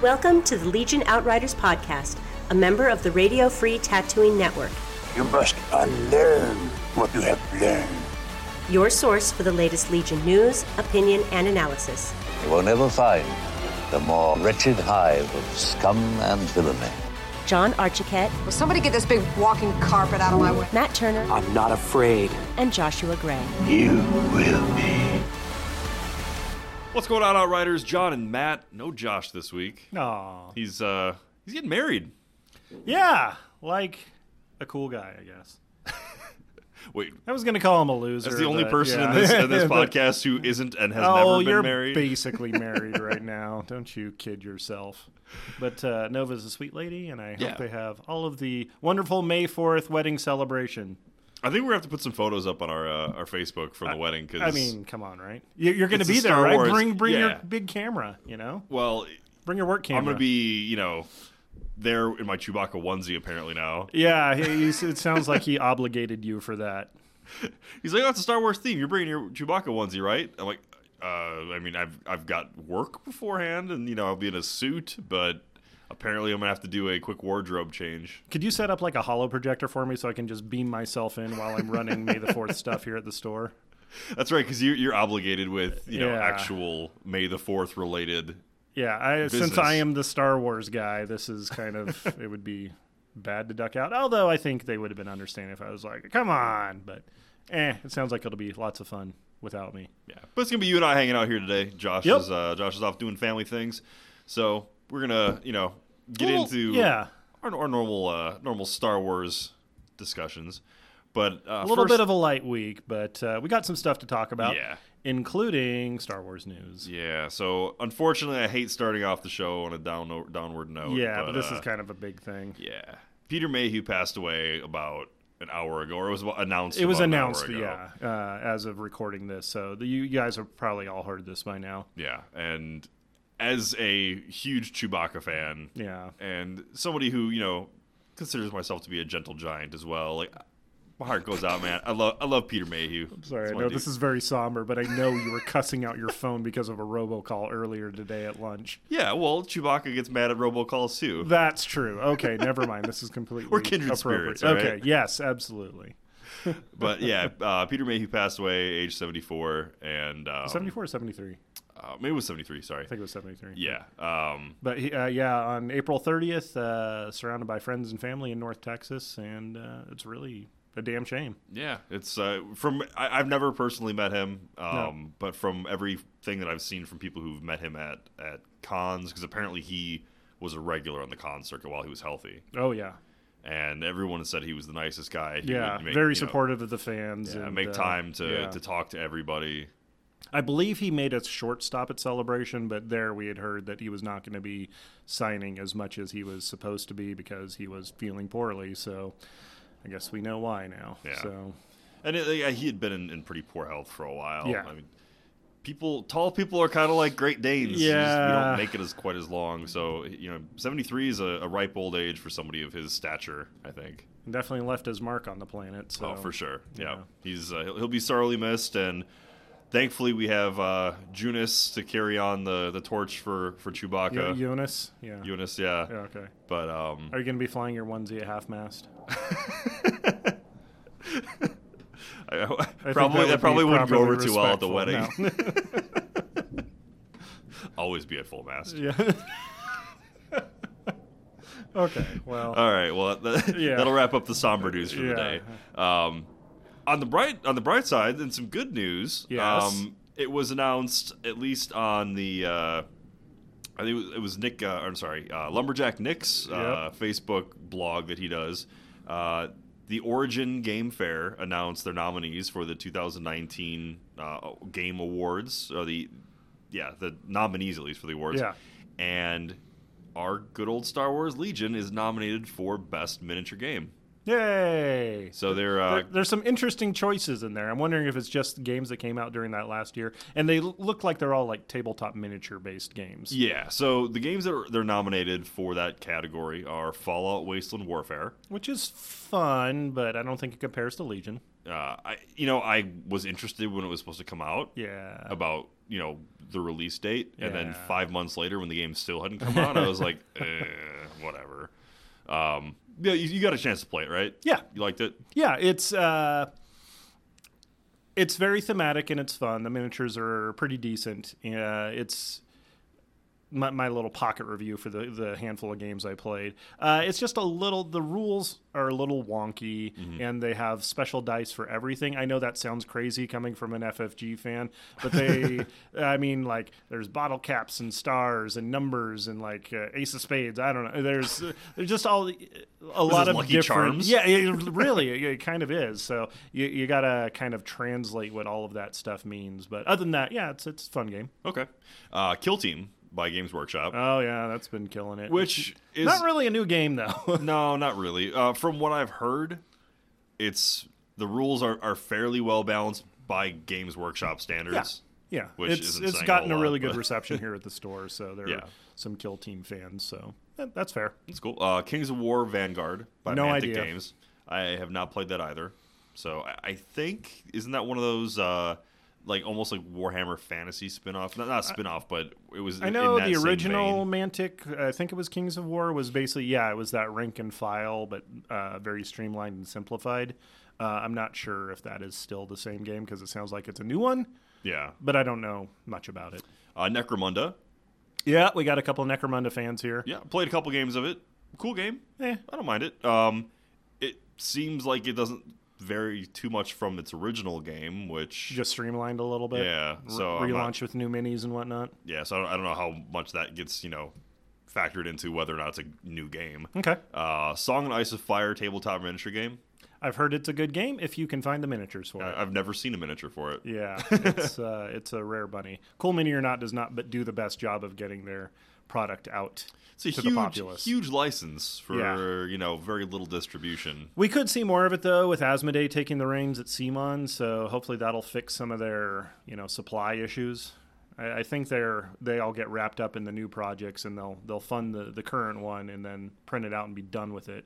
Welcome to the Legion Outriders podcast, a member of the Radio Free Tattooing Network, You must unlearn what you have learned. your source for the latest Legion news, opinion, and analysis. You will never find the more wretched hive of scum and villainy. John Archiquette, Will somebody get this big walking carpet out of my way? Matt Turner, I'm not afraid. and Joshua Gray. You will be. What's going on, Outriders? John and Matt. No Josh this week. Aw. He's uh he's getting married. Yeah, like a cool guy, I guess. Wait, I was gonna call him a loser. that's the only but person yeah. in this in this podcast who isn't and has oh, never been you're married. basically married right now. Don't you kid yourself. But uh, Nova's a sweet lady, and I Yeah. hope they have all of the wonderful May Fourth wedding celebration. I think we're gonna have to put some photos up on our uh, our Facebook from the wedding because I mean, come on, right? You- You're gonna It's a be there, Star right? Wars- Bring bring yeah. your big camera. You know, well, bring your work camera. I'm gonna be you know there in my Chewbacca onesie apparently now. Yeah, he, he's- it sounds like he obligated you for that. He's like, oh, it's a Star Wars theme. You're bringing your Chewbacca onesie, right? I'm like, uh, I mean, I've I've got work beforehand, and you know I'll be in a suit, but apparently I'm gonna have to do a quick wardrobe change. Could you set up like a hollow projector for me so I can just beam myself in while I'm running May the Fourth stuff here at the store? That's right, because you, you're obligated with you know Yeah. actual May the Fourth related. Yeah, I, since Business. I am the Star Wars guy, this is kind of it would be bad to duck out. Although I think they would have been understanding if I was like, "Come on!" But eh, it sounds like it'll be lots of fun without me. Yeah, but it's gonna be you and I hanging out here today. Josh Yep. is uh, Josh is off doing family things, so we're gonna you know get Well, into yeah. our, our normal uh, normal Star Wars discussions. But uh, A little first- bit of a light week, but uh, we got some stuff to talk about, Yeah. including Star Wars news. yeah. So unfortunately, I hate starting off the show on a down downward note. Yeah, but, this uh, is kind of a big thing. yeah. Peter Mayhew passed away about an hour ago, or it was about- announced. It was about an hour announced, ago. yeah, uh, as of recording this. So the, you guys have probably all heard this by now. Yeah, and as a huge Chewbacca fan, Yeah. and somebody who you know considers myself to be a gentle giant as well, like my heart goes out, man. I love I love Peter Mayhew. I'm Sorry, I know this is very somber, but I know you were cussing out your phone because of a robocall earlier today at lunch. yeah. Well, Chewbacca gets mad at robocalls too. That's true. Okay, never mind. This is completely We're kindred appropriate. spirits, all Okay, right? yes, absolutely. But yeah, uh, Peter Mayhew passed away, age 74, and um, 74 or 73? Uh, maybe it was 73. Sorry. I think it was 73. Yeah. Um, But he, uh, yeah, on April 30th, uh, surrounded by friends and family in North Texas, and uh, it's really a damn shame. Yeah, it's uh, from I, I've never personally met him, um, but from everything that I've seen from people who've met him at at cons, because apparently he was a regular on the con circuit while he was healthy, Oh, yeah. and and everyone said he was the nicest guy. He Yeah, would make- very you know, supportive of the fans. yeah, and, make uh, time to yeah. to talk to everybody. I believe he made a short stop at Celebration, but there we had heard that he was not going to be signing as much as he was supposed to be because he was feeling poorly. So I guess we know why now. Yeah. So And it, yeah, he had been in, in pretty poor health for a while. Yeah. I mean, people, tall people are kind of like Great Danes. You just- we Yeah. don't make it as quite as long. So you know, seventy three is a, a ripe old age for somebody of his stature. I think. definitely left his mark on the planet. So Oh, for sure. Yeah, yeah. he's uh, he'll, he'll be sorely missed, and thankfully we have uh, Junus to carry on the, the torch for for Yo- Chewbacca. Jonas, yeah. Junus, yeah. yeah. Okay. But um, Are you going to be flying your onesie at half mast? I, I think probably that, would be probably wouldn't go over properly too well at the wedding. respectful. No. Always be at full mast. yeah. okay. Well. All right. Well, that, Yeah. that'll wrap up the somber news for the Yeah. day. Um, on the bright on the bright side, then some good news. Yes. Um, it was announced at least on the. Uh, I think it was, it was Nick. Uh, I'm sorry, uh, lumberjack Nick's uh, Facebook blog that he does. Uh, the Origin Game Fair announced their nominees for the 2019 uh, Game Awards, or the yeah, the nominees at least for the awards. Yeah. And our good old Star Wars Legion is nominated for Best Miniature Game. Yay. So they're, uh, There- there's some interesting choices in there. I'm wondering if it's just games that came out during that last year, and they l- look like they're all like tabletop miniature based games. yeah. So the games that are, they're nominated for that category are Fallout: Wasteland Warfare, Which is fun, but I don't think it compares to Legion. Uh, I you know I was interested when it was supposed to come out. Yeah. About you know the release date, and then Yeah. five months later when the game still hadn't come out, I was like, eh, whatever. Um, yeah, you, you got a chance to play it, right? Yeah. you liked it. Yeah, it's uh, it's very thematic and it's fun. The miniatures are pretty decent. Uh, it's my, my little pocket review for the, the handful of games I played. Uh, it's just a little, the rules are a little wonky Mm-hmm. and they have special dice for everything. I know that sounds crazy coming from an FFG fan, but they, I mean, like, there's bottle caps and stars and numbers and like uh, ace of spades. I don't know. There's, uh, there's just all a lot of Lucky different. Charms? Yeah, it, really, it, it kind of is. So you, you got to kind of translate what all of that stuff means. But other than that, yeah, it's, it's a fun game. Okay. Uh, Kill Team by Games Workshop, Oh yeah, that's been killing it. which is not really a new game though. No, not really. Uh, from what I've heard, it's the rules are, are fairly well balanced by Games Workshop standards. yeah, Which it's isn't it's saying gotten a a lot, really but- good reception here at the store. So there Yeah. are some Kill Team fans. So that- that's fair. It's cool. Uh, Kings of War Vanguard by No Mantic idea. Games. I have not played that either. So I, I think isn't that one of those uh, like almost like Warhammer Fantasy spin-off? Not, not spin-off, but it was. I in- know in that the same original vein. Mantic, I think it was Kings of War, was basically yeah, it was that rank and file, but uh, very streamlined and simplified. Uh, I'm not sure if that is still the same game because it sounds like it's a new one, Yeah, but I don't know much about it. uh, Necromunda. Yeah, we got a couple Necromunda fans here. Yeah, played a couple games of it. Cool game. Eh. I don't mind it. Um, it seems like it doesn't vary too much from its original game, which Just streamlined a little bit. Yeah, so Re- I'm relaunch not- with new minis and whatnot. yeah. So I don't, I don't know how much that gets you know factored into whether or not it's a new game. Okay. Uh, Song and Ice of Fire tabletop miniature game. I've heard it's a good game if you can find the miniatures for it. I, I've never seen a miniature for it. Yeah, it's uh, it's a rare bunny. Cool Mini or not does not but do the best job of getting their product out It's a to the huge, populace. huge license for Yeah. you know very little distribution. We could see more of it though with Asmodee taking the reins at Simon, so hopefully that'll fix some of their you know supply issues. I, I think they're they all get wrapped up in the new projects and they'll they'll fund the the current one and then print it out and be done with it,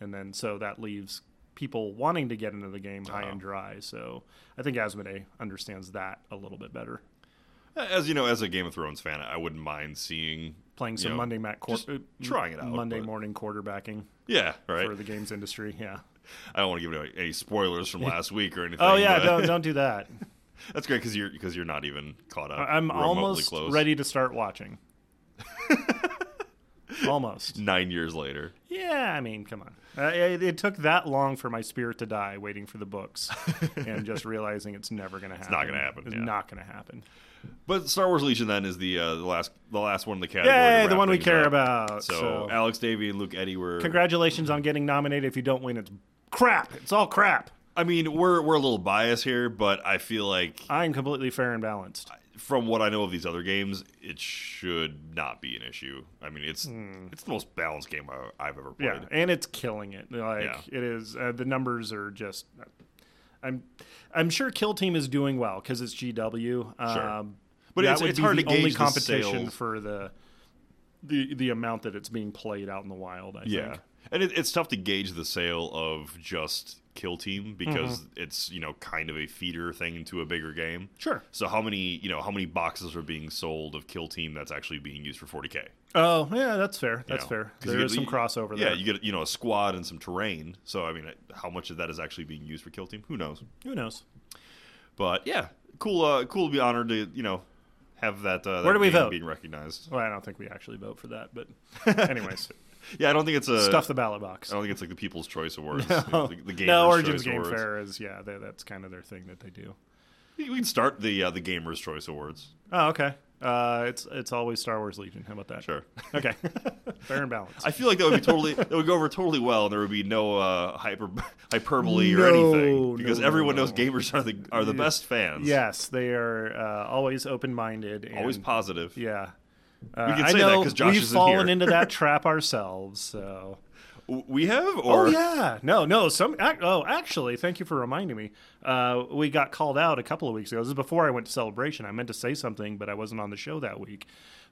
and then so that leaves people wanting to get into the game high Oh. and dry. So I think Asmodee understands that a little bit better. As you know, as a Game of Thrones fan, I wouldn't mind seeing Playing you some know, Monday mat quar- just uh, trying it out Monday but- morning quarterbacking Yeah, right. for the games industry. Yeah. I don't want to give away any spoilers from last week or anything. Oh yeah, but- don't don't do that. That's great because you're because you're not even caught up. I'm remotely almost close. ready to start watching. almost. Nine years later, Yeah, I mean, come on. Uh, it, it took that long for my spirit to die waiting for the books and just realizing it's never going to happen. It's not gonna happen, It's yeah. not going to happen. but Star Wars Legion then is the uh, the last the last one in the category. to Yay, the wrap one we things care up. about. So, So, Alex Davey and Luke Eddy were. congratulations Mm-hmm. on getting nominated. If you don't win, it's crap. It's all crap. I mean, we're we're a little biased here, but I feel like I'm completely fair and balanced. from what I know of these other games, it should not be an issue. I mean, it's it's the most balanced game I, I've ever played. Hmm. Yeah, and it's killing it. Like Yeah. it is. Uh, the numbers are just. uh, I'm, I'm sure Kill Team is doing well because it's GW. Um, But it's- that would it's be hard the to only gauge the competition sales. for the, the the amount that it's being played out in the wild. I Yeah, think. and it, it's tough to gauge the sale of just Kill Team because it's you know kind of a feeder thing to a bigger game. Mm-hmm. Sure. So how many you know how many boxes are being sold of Kill Team that's actually being used for 40k? Oh yeah, that's fair. you That's know? fair. 'Cause you There get- is some crossover yeah, there. you get you know a squad and some terrain. So I mean, how much of that is actually being used for Kill Team? Who knows? Who knows? But yeah, cool. Uh, cool to be honored to you know have that. Uh, that Where do we game vote? Being recognized. Well, I don't think we actually vote for that, but anyways, Yeah, I don't think it's a stuff the ballot box. I don't think it's like the People's Choice Awards. No, Oh, the, the Gamers' no, Origins Choice Game Awards. Fair is yeah, they, that's kind of their thing that they do. We can start the uh, the Gamers Choice Awards. Oh, okay. Uh, it's it's always Star Wars Legion. How about that? Sure. Okay. Fair and balanced. I feel like that would be totally that would go over totally well, and there would be no uh, hyper hyperbole or anything No, because no, no, everyone knows no. gamers are the are the best fans. yes, they are uh, always open-minded. And, always positive. Yeah. Uh, can I say that know 'cause Josh we've isn't fallen here. into that trap ourselves. So. W- we have or oh yeah, no, no. Some ac- oh, actually, thank you for reminding me. Uh, we got called out a couple of weeks ago. This is before I went to celebration. I meant to say something, but I wasn't on the show that week.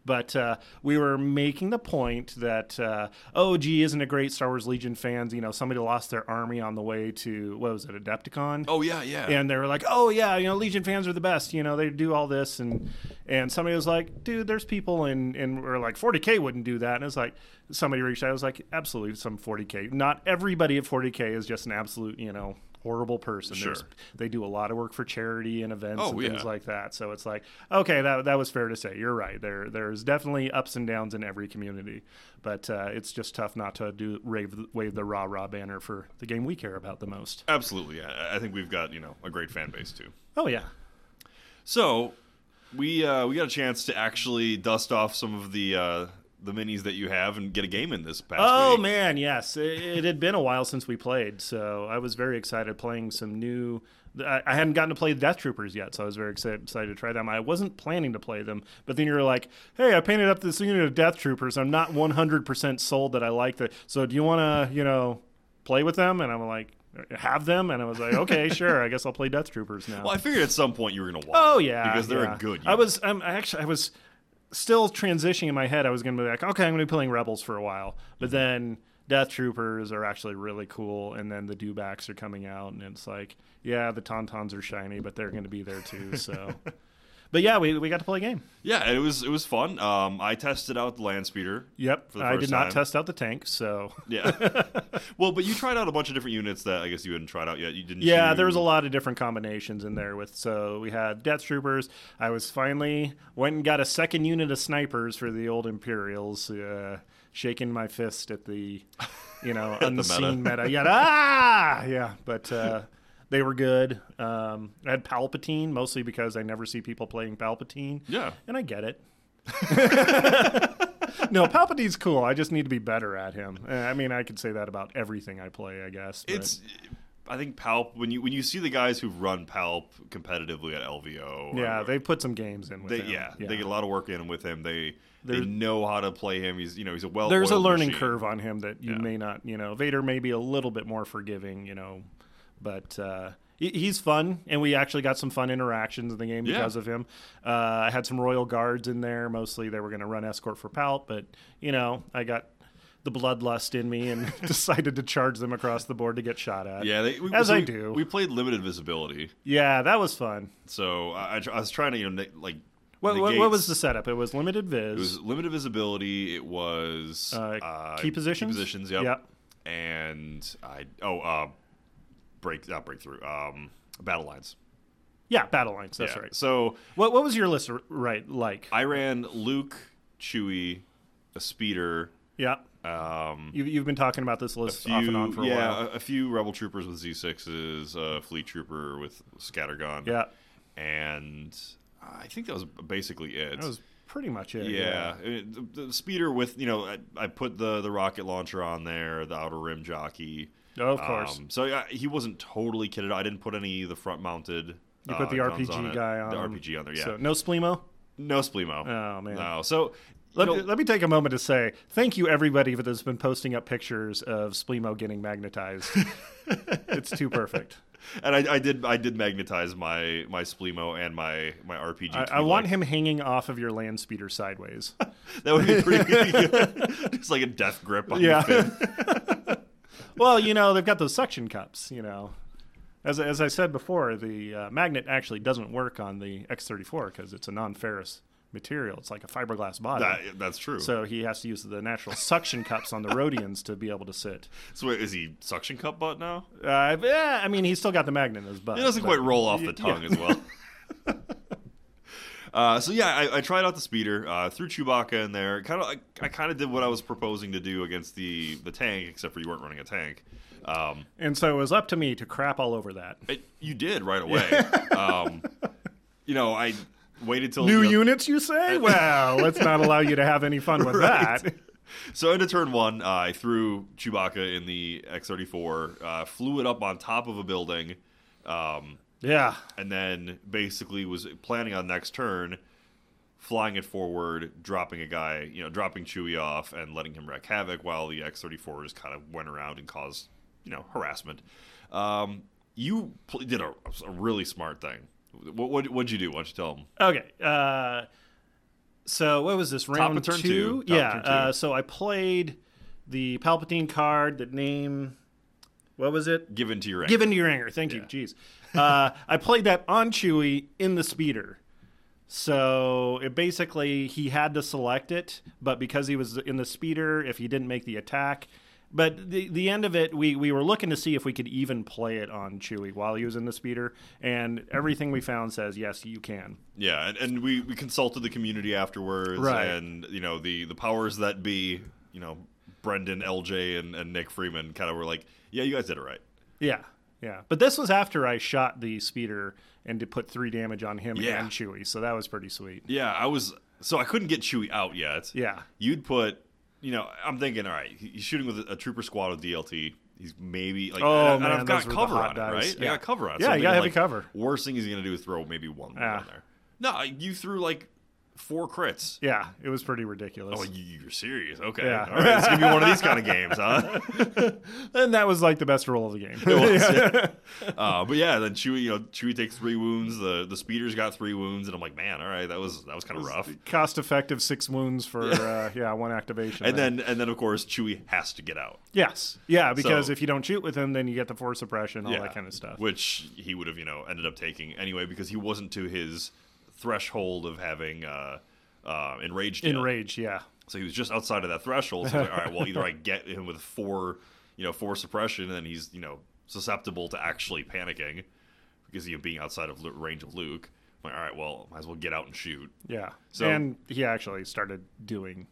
But uh, we were making the point that uh, oh, gee, isn't it great Star Wars Legion fans? You know, somebody lost their army on the way to what was it, Adepticon? Oh yeah, yeah. and they were like, "Oh yeah, you know, Legion fans are the best. You know, they do all this." And and somebody was like, "Dude, there's people and and we're like, 40k wouldn't do that." And it's like somebody reached out. I was like, "Absolutely, some 40k. Not everybody at 40k is just an absolute, you know." Horrible person. There's- Sure. they do a lot of work for charity and events Oh, and things yeah. like that. So it's like, okay, that, that was fair to say. You're right. There there's definitely ups and downs in every community, but uh, it's just tough not to do rave wave the rah rah banner for the game we care about the most. Absolutely. I, I think we've got you know a great fan base too. Oh yeah, So we uh, we got a chance to actually dust off some of the uh, the minis that you have and get a game in this past. Oh week. man, yes. It, it had been a while since we played, so I was very excited playing some new. I, I hadn't gotten to play Death Troopers yet, so I was very excited, excited to try them. I wasn't planning to play them, but then you were like, "Hey, I painted up this unit of Death Troopers. I'm not 100 percent sold that I like that. So do you want to, you know, play with them?" And I'm like, "Have them?" And I was like, "Okay, sure. I guess I'll play Death Troopers now." Well, I figured at some point you were gonna watch. Oh yeah, because they're yeah. a good. I unit. was um, I actually I was still transitioning in my head. I was going to be like, okay, I'm going to be playing Rebels for a while, but Mm-hmm. then Death Troopers are actually really cool, and then the Dewbacks are coming out, and it's like, yeah, the Tauntauns are shiny, but they're going to be there too. So, but yeah, we we got to play a game. Yeah, it was it was fun. Um, I tested out the land speeder. Yep, for the I first did not time. test out the tank, so Yeah. well, but you tried out a bunch of different units that I guess you hadn't tried out yet. You didn't. Yeah, you? there was a lot of different combinations in there with so we had Death Troopers. I was finally went and got a second unit of snipers for the old Imperials, uh, shaking my fist at the you know unseen meta. Yeah, ah, yeah, but uh, they were good. Um, I had Palpatine mostly because I never see people playing Palpatine. Yeah. and I get it. no, Palpatine's cool. I just need to be better at him. Uh, I mean, I could say that about everything I play, I guess. but- It's. I think Palp when you when you see the guys who run Palp competitively at LVO. or- Yeah, they put some games in with They, him. yeah, they get a lot of work in with him. They they There's- know how to play him. He's you know he's a well. There's a learning machine. curve on him that you may not, you know, Vader may be a little bit more forgiving, you know, but uh, he- he's fun, and we actually got some fun interactions in the game Yeah. because of him. Uh, I had some royal guards in there. Mostly, they were going to run escort for Palp, but you know, I got the bloodlust in me and decided to charge them across the board to get shot at. Yeah, they, we, as so I we- do. We played limited visibility, yeah, that was fun. so I, I tr- I was trying to you know ne- like. What, what, negate- what was the setup? It was limited viz. It was limited visibility. It was Uh, key positions? Key positions. Yep. Yep. And I oh uh, break not breakthrough. Um, battle lines. yeah, battle lines. That's Yeah. right. So What, what was your list r- right like? I ran Luke, Chewie, a speeder, Yeah. Um, you, you've been talking about this list off and on for a yeah, while. a- a few rebel troopers with Z6s, a fleet trooper with scattergun. Yeah. And I think that was basically it. That was pretty much it. yeah, It- the, the speeder with you know I, I put the the rocket launcher on there, the outer rim jockey. Um, Oh, of course. so yeah, he wasn't totally kitted. out. I didn't put any of the front mounted. uh, You put the RPG guy on. The RPG on there. Yeah. So, no Splemo? no Splemo. Oh, man. No. So Let, you me know- let me take a moment to say thank you, everybody, that's been posting up pictures of Splemo getting magnetized. it's too perfect. and I, I did I did magnetize my my Splemo and my my RPG. I, to I be want like- him hanging off of your land speeder sideways. That would be pretty good. Just like a death grip on Yeah. the fin. well, you know, they've got those suction cups, you know. As, as I said before, the uh, magnet actually doesn't work on the X34 because it's a non ferrous material. It's like a fiberglass body. That, that's true. So, So he has to use the natural suction cups on the Rhodians to be able to sit. wait, is he suction cup butt now? Uh, yeah, I mean, he's still got the magnet in his butt. It doesn't but- quite roll off the tongue as well. Uh, so yeah, I, I tried out the speeder, uh, threw Chewbacca in there. Kind of, I, I kind of did what I was proposing to do against the the tank, except for you weren't running a tank. Um, And so it was up to me to crap all over that. it, you did right away. um, you know, I waited till New you know, units, you say? Well, let's not allow you to have any fun with Right. that. So into turn one, uh, I threw Chewbacca in the X-34, uh, flew it up on top of a building, um, Yeah. and then basically was planning on next turn, flying it forward, dropping a guy, you know, dropping Chewie off and letting him wreak havoc while the X-34s kind of went around and caused, you know, harassment. Um, you pl- did a, a really smart thing. What, what, what'd you do? Why don't you tell him? Okay. Uh, So what was this round of turn two. Top of yeah. turn two. Uh, so I played the Palpatine card. The name, what was it? Given to your anger. Given to your anger. Thank you. Jeez. Uh, I played that on Chewie in the speeder. So it basically he had to select it, but because he was in the speeder, if he didn't make the attack, but the the end of it, we we were looking to see if we could even play it on Chewie while he was in the speeder, and everything we found says yes, you can. Yeah, and, and we, we consulted the community afterwards, Right. and you know the the powers that be, you know Brendan, LJ, and, and Nick Freeman kind of were like, yeah, you guys did it right. Yeah, yeah. But this was after I shot the speeder and to put three damage on him Yeah. and Chewie, so that was pretty sweet. Yeah, I was so I couldn't get Chewie out yet. Yeah. you'd put, you know, I'm thinking, all right, he- he's shooting with a, a trooper squad of DLT. He's maybe like, Oh, and, I- and man, I've got those were the cover hot on it, dice. right? I Yeah. got cover on. it, Yeah, I'm you gotta thinking, have like, your cover. Worst thing he's gonna do is throw maybe one Ah. on there. No, you threw like four crits. Yeah, it was pretty ridiculous. Oh, you- you're serious? Okay, Yeah. all right. It's gonna be one of these kind of games, huh? and that was like the best roll of the game. Uh, but yeah, then Chewie, you know, Chewie takes three wounds. The the speeder's got three wounds, and I'm like, man, all right, that was that was kind of rough. Cost effective six wounds for uh, yeah one activation. And there. then and then of course Chewie has to get out. yes, yeah, because So- if you don't shoot with him, then you get the force suppression, all that kind of stuff. Which he would have, you know, ended up taking anyway because he wasn't to his threshold of having uh, uh, enraged. yet. Enrage, yeah, So he was just outside of that threshold. So I was like, all right, well, either I get him with four, you know, four suppression, and then he's you know susceptible to actually panicking because he being outside of Lu- range of Luke. I'm like, all right, well, might as well get out and shoot. yeah. So- and he actually started doing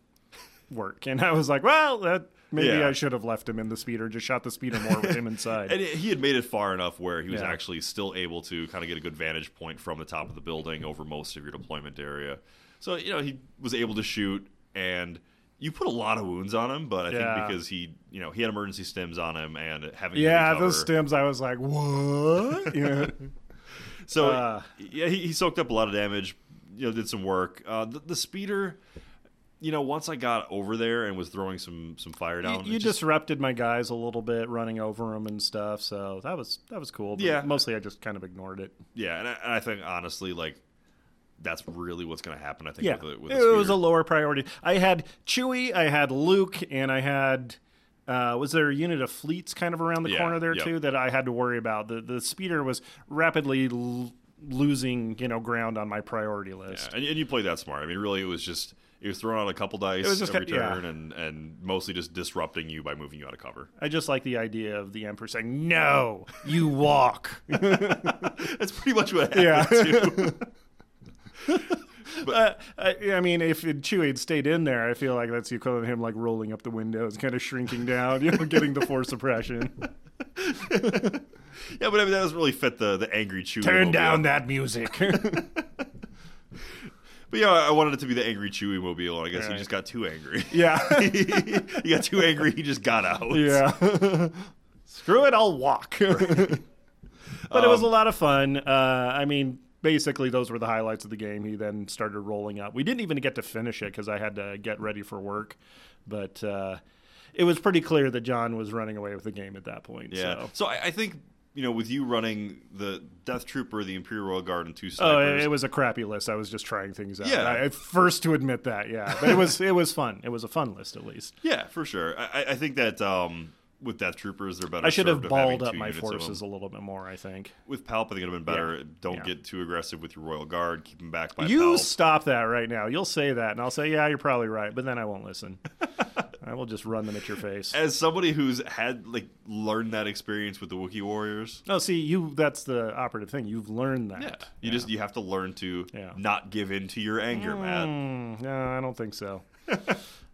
work, and I was like, well, that maybe Yeah. I should have left him in the speeder, just shot the speeder more with him inside. And it- he had made it far enough where he was Yeah. actually still able to kind of get a good vantage point from the top of the building over most of your deployment area. So, you know, he was able to shoot and you put a lot of wounds on him, but I Yeah. think because he, you know, he had emergency stems on him and having him Yeah, in those cover- stems. I was like, what? You know? So Uh. yeah, he, he soaked up a lot of damage. You know, did some work. Uh, the, the speeder, you know, once I got over there and was throwing some some fire you, down, you it just disrupted my guys a little bit, running over them and stuff. So that was that was cool. But Yeah. mostly I just kind of ignored it. yeah, and I, and I think honestly, like that's really what's going to happen. I think Yeah, with, the, with it the was speeder. a lower priority. I had Chewie, I had Luke, and I had. Uh, was there a unit of fleets kind of around the Yeah, corner there yep. too that I had to worry about? The the speeder was rapidly l- losing you know ground on my priority list. Yeah, and, and you played that smart. I mean, really, it was just it was throwing out a couple dice was just every ki- yeah. turn, and and mostly just disrupting you by moving you out of cover. I just like the idea of the Emperor saying, "No, you walk." That's pretty much what happened. Yeah. but uh, I, I mean, if it- Chewie had stayed in there, I feel like that's the equivalent of him like rolling up the windows, kind of shrinking down, you know, getting the force suppression. Yeah, but I mean, that doesn't really fit the the angry Chewie. Turn mobile. down that music. But yeah, I wanted it to be the angry Chewie mobile, and I guess he Right. just got too angry. yeah, he got too angry. He just got out. yeah. Screw it, I'll walk. but it was a lot of fun. Uh, I mean. Basically, those were the highlights of the game. He then started rolling up. We didn't even get to finish it because I had to get ready for work. But uh, it was pretty clear that John was running away with the game at that point. Yeah. So. So, I, I think you know, with you running the Death Trooper, the Imperial Royal Guard, and two Oh, snipers, it, it was a crappy list. I was just trying things out. Yeah. I, I- first to admit that, yeah. But it was it was fun. It was a fun list at least. yeah, for sure. I, I- I think that um, with Death Troopers, they're better. I should have served of having balled up two my units of them. forces a little bit more, I think. with Palp, I think it'd have been better. Yeah. Don't Yeah. get too aggressive with your Royal Guard. Keep him back by You Palp. stop that right now. You'll say that and I'll say, "Yeah, you're probably right," but then I won't listen. I will just run them at your face. As somebody who's had like learned that experience with the Wookiee warriors, No, see, you that's the operative thing. You've learned that. you just you have to learn to Yeah. not give in to your anger, Matt. No, I don't think so. uh,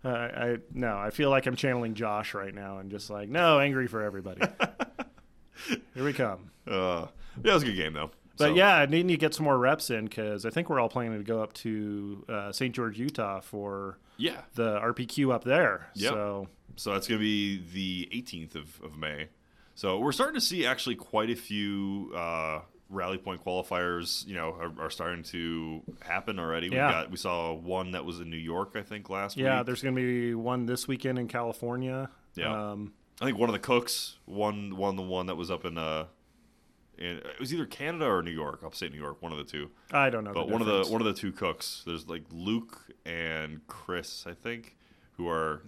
I no, I feel like I'm channeling Josh right now and just like, "No, angry for everybody." Here we come. Uh, yeah, it was a good game though. But So- yeah, I need to get some more reps in because I think we're all planning to go up to uh, St. George, Utah for yeah. the RPQ up there. Yep. So So that's going to be the 18th of, of May. So we're starting to see actually quite a few uh, rally point qualifiers. You know, are, are starting to happen already. Yeah. We got we saw one that was in New York, I think, last week. yeah, there's going to be one this weekend in California. yeah. Um, I think one of the cooks won won the one that was up in uh and it was either Canada or New York, upstate New York, one of the two. I don't know. But the one of the difference. one of the two cooks, there's like Luke and Chris, I think, who are,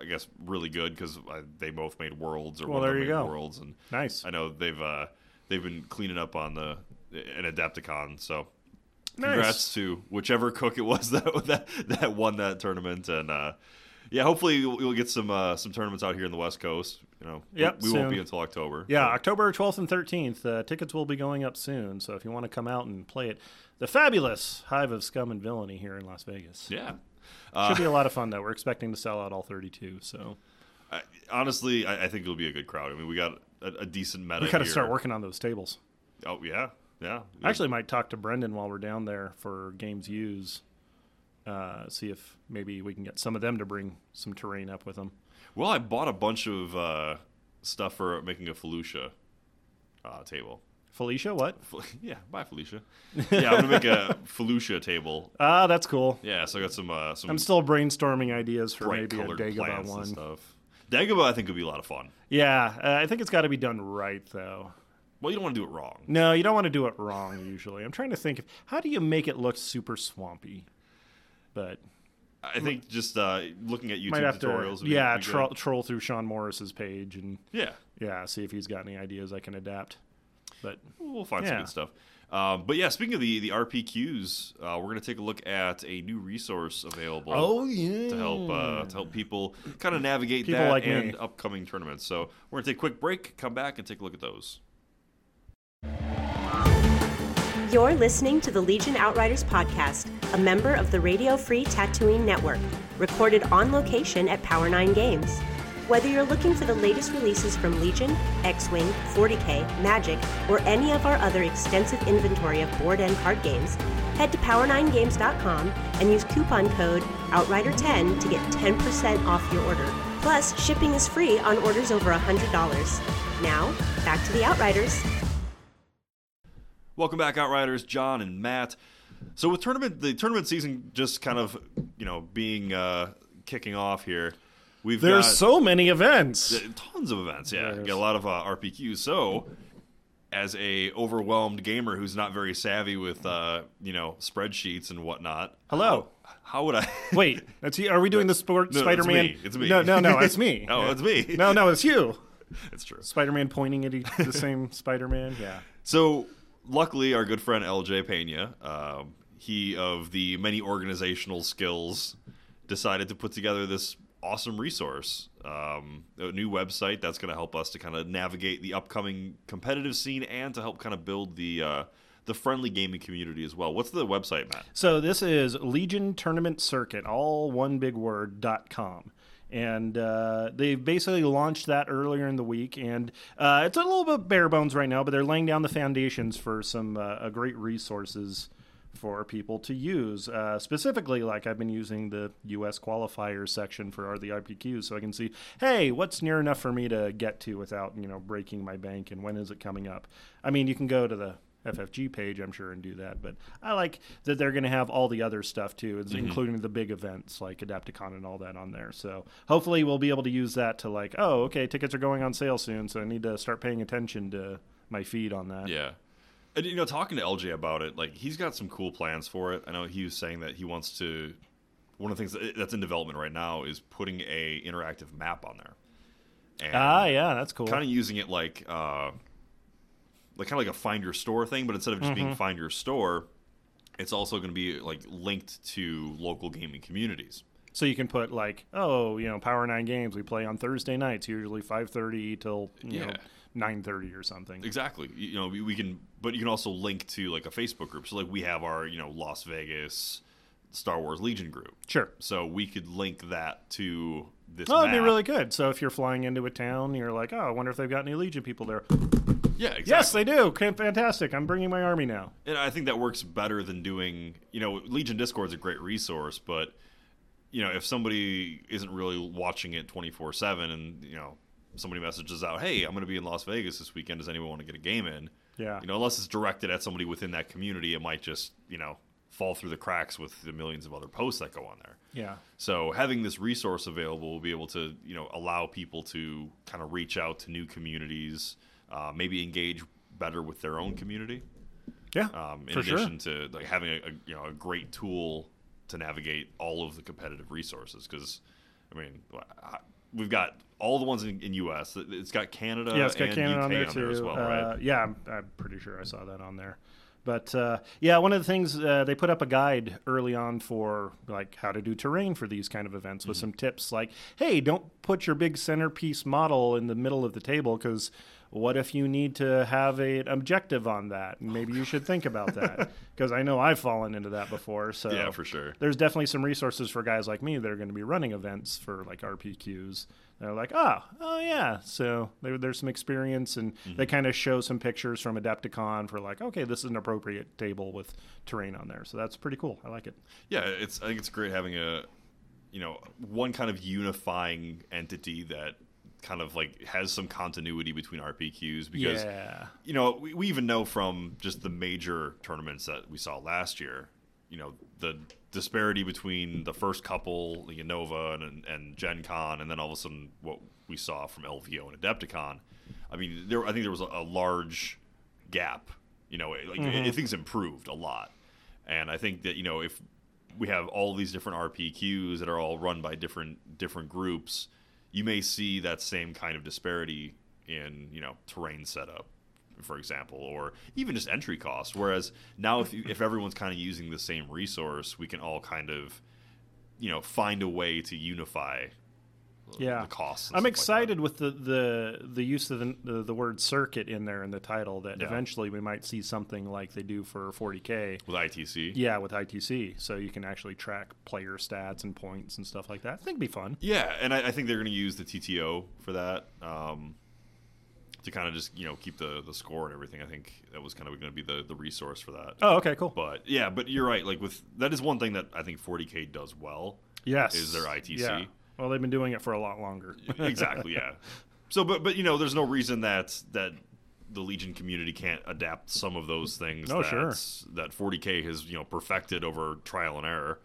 I guess, really good because they both made worlds or Well, one of there them you made go. worlds, and Nice. I know they've uh, they've been cleaning up on the an Adepticon, so Nice. congrats to whichever cook it was that that, that won that tournament, and uh, yeah, hopefully we'll we'll get some uh, some tournaments out here in the West Coast. You know, we- Yep, we, won't be soon. until October. Yeah, but- October 12th and 13th. Uh, tickets will be going up soon, so if you want to come out and play it, the fabulous Hive of Scum and Villainy here in Las Vegas. yeah. Ah. Should be a lot of fun, though. We're expecting to sell out all 32, so I, honestly, I, I think it'll be a good crowd. I mean, we got a, a decent meta. we got to here. start working on those tables. Oh yeah, yeah. I actually might talk to Brendan while we're down there for Games Use, uh, see if maybe we can get some of them to bring some terrain up with them. well, I bought a bunch of uh, stuff for making a Felucia uh, table. Felicia, what? Fel- yeah, bye Felicia. Yeah, I'm gonna make a Felucia table. Ah, that's cool. Yeah, so I got some uh, some I'm still brainstorming ideas for bright maybe a colored Dagobah plants and one. stuff. Dagobah, I think would be a lot of fun. Yeah, uh, I think it's got to be done right, though. Well, you don't want to do it wrong. No, you don't want to do it wrong usually. I'm trying to think of how do you make it look super swampy? But I think just uh, looking at YouTube might have tutorials. to would be- yeah, be good. tro- troll through Sean Morris's page and yeah. yeah, see if he's got any ideas I can adapt. But We'll find some Yeah. good stuff. Um, but yeah, speaking of the the RPQs, uh, we're gonna take a look at a new resource available. Oh, yeah. to help uh, to help people kind of navigate People that like me. and upcoming tournaments. So we're gonna take a quick break, come back, and take a look at those. You're listening to the Legion Outriders podcast, a member of the Radio Free Tatooine Network, recorded on location at Power 9 Games. Whether you're looking for the latest releases from Legion, X Wing, 40K, Magic, or any of our other extensive inventory of board and card games, head to power9games.com and use coupon code OUTRIDER10 to get 10% off your order. Plus, shipping is free on orders over $100. Now, back to the Outriders. Welcome back, Outriders, John and Matt. So with tournament, the tournament season just kind of you know being uh, kicking off here. We've There's got so many events. t- tons of events. Yeah, got a lot of uh, RPQs. So as a overwhelmed gamer who's not very savvy with uh, you know spreadsheets and whatnot, Hello. how would I? Wait, that's you. Are we doing the sport No, it's Spider-Man? me. It's me. No, no, no, it's me. oh, it's me. No, no, it's you. it's true. Spider-Man pointing at each, the same Spider-Man. Yeah. So, luckily, our good friend LJ Pena, um, he of the many organizational skills, decided to put together this awesome resource, um, a new website that's going to help us to kind of navigate the upcoming competitive scene and to help kind of build the uh, the friendly gaming community as well. What's the website, Matt? So this is Legion Tournament Circuit, all one big word dot com. And uh, they basically launched that earlier in the week, and uh, it's a little bit bare bones right now, but they're laying down the foundations for some uh, uh, great resources for people to use. Uh, specifically, like I've been using the U.S. qualifier section for the RPQs, so I can see, hey, what's near enough for me to get to without you know breaking my bank, and when is it coming up? I mean, you can go to the FFG page, I'm sure, and do that. But I like that they're going to have all the other stuff too, it's- Mm-hmm. including the big events like Adapticon and all that on there. So hopefully we'll be able to use that to like, oh, okay, tickets are going on sale soon, so I need to start paying attention to my feed on that. Yeah. And you know, talking to LJ about it, like he's got some cool plans for it. I know he was saying that he wants to. One of the things that- that's in development right now is putting a interactive map on there. And Ah, yeah, that's cool. Kind of using it like, uh, like kind of like a find your store thing, but instead of just Mm-hmm. being find your store, it's also going to be like linked to local gaming communities. so you can put like, oh, you know, Power Nine games we play on Thursday nights, usually five thirty till you know Yeah. nine thirty or something. Exactly. You you know, we, we can, but you can also link to like a Facebook group. So like we have our, you know, Las Vegas Star Wars Legion group. Sure. So we could link that to this. Oh, it'd be map. really good. So if you're flying into a town, you're like, oh, I wonder if they've got any Legion people there. Yeah, exactly. Yes, they do. Can- Fantastic. I'm bringing my army now. and I think that works better than doing. You know, Legion Discord is a great resource, but you know, if somebody isn't really watching it twenty four seven, and you know, somebody messages out, "Hey, I'm going to be in Las Vegas this weekend. Does anyone want to get a game in?" Yeah. You know, unless it's directed at somebody within that community, it might just you know fall through the cracks with the millions of other posts that go on there. Yeah. So having this resource available will be able to, you know, allow people to kind of reach out to new communities, uh, maybe engage better with their own community. Yeah, Um, in for sure. addition to like having a, a you know a great tool to navigate all of the competitive resources, because I mean I- we've got all the ones in, in U.S. It's got Canada. yeah, it's got uh, and Canon UK on there too. as well, uh, right? Yeah, I'm, I'm pretty sure I saw that on there. But uh, yeah, one of the things uh, they put up a guide early on for like how to do terrain for these kind of events Mm-hmm. with some tips like, hey, don't put your big centerpiece model in the middle of the table because what if you need to have a- an objective on that? Maybe you should think about that because I know I've fallen into that before. So Yeah, for sure. there's definitely some resources for guys like me that are going to be running events for like RPQs. They're like, oh, oh yeah. So there, there's some experience, and Mm-hmm. they kind of show some pictures from Adepticon for like, okay, this is an appropriate table with terrain on there. So that's pretty cool. I like it. Yeah, it's I think it's great having a you know one kind of unifying entity that kind of like has some continuity between RPQs because yeah, you know we, we even know from just the major tournaments that we saw last year, you know the disparity between the first couple, the Innova and, and Gen Con, and then all of a sudden what we saw from LVO and Adepticon. I mean, there I think there was a, a large gap. You know, like it, things improved a lot, and I think that you know if we have all these different RPQs that are all run by different different groups, you may see that same kind of disparity in you know terrain setup, for example, or even just entry costs. Whereas now, if you, if everyone's kind of using the same resource, we can all kind of you know find a way to unify yeah. the costs. and I'm stuff like that. excited with the, the the use of the, the the word circuit in there in the title. That Yeah. eventually we might see something like they do for 40k. with ITC. Yeah, with ITC, so you can actually track player stats and points and stuff like that. I think it'd be fun. Yeah, and I, I think they're going to use the TTO for that um, to kind of just you know keep the the score and everything. I think that was kind of going to be the the resource for that. Oh, okay, cool. But yeah, but you're right. Like with that is one thing that I think 40k does well. Yes. is their ITC. Yeah. Well, they've been doing it for a lot longer. exactly. Yeah. So, but but you know, there's no reason that that the Legion community can't adapt some of those things. No, that, sure. That 40k has you know perfected over trial and error,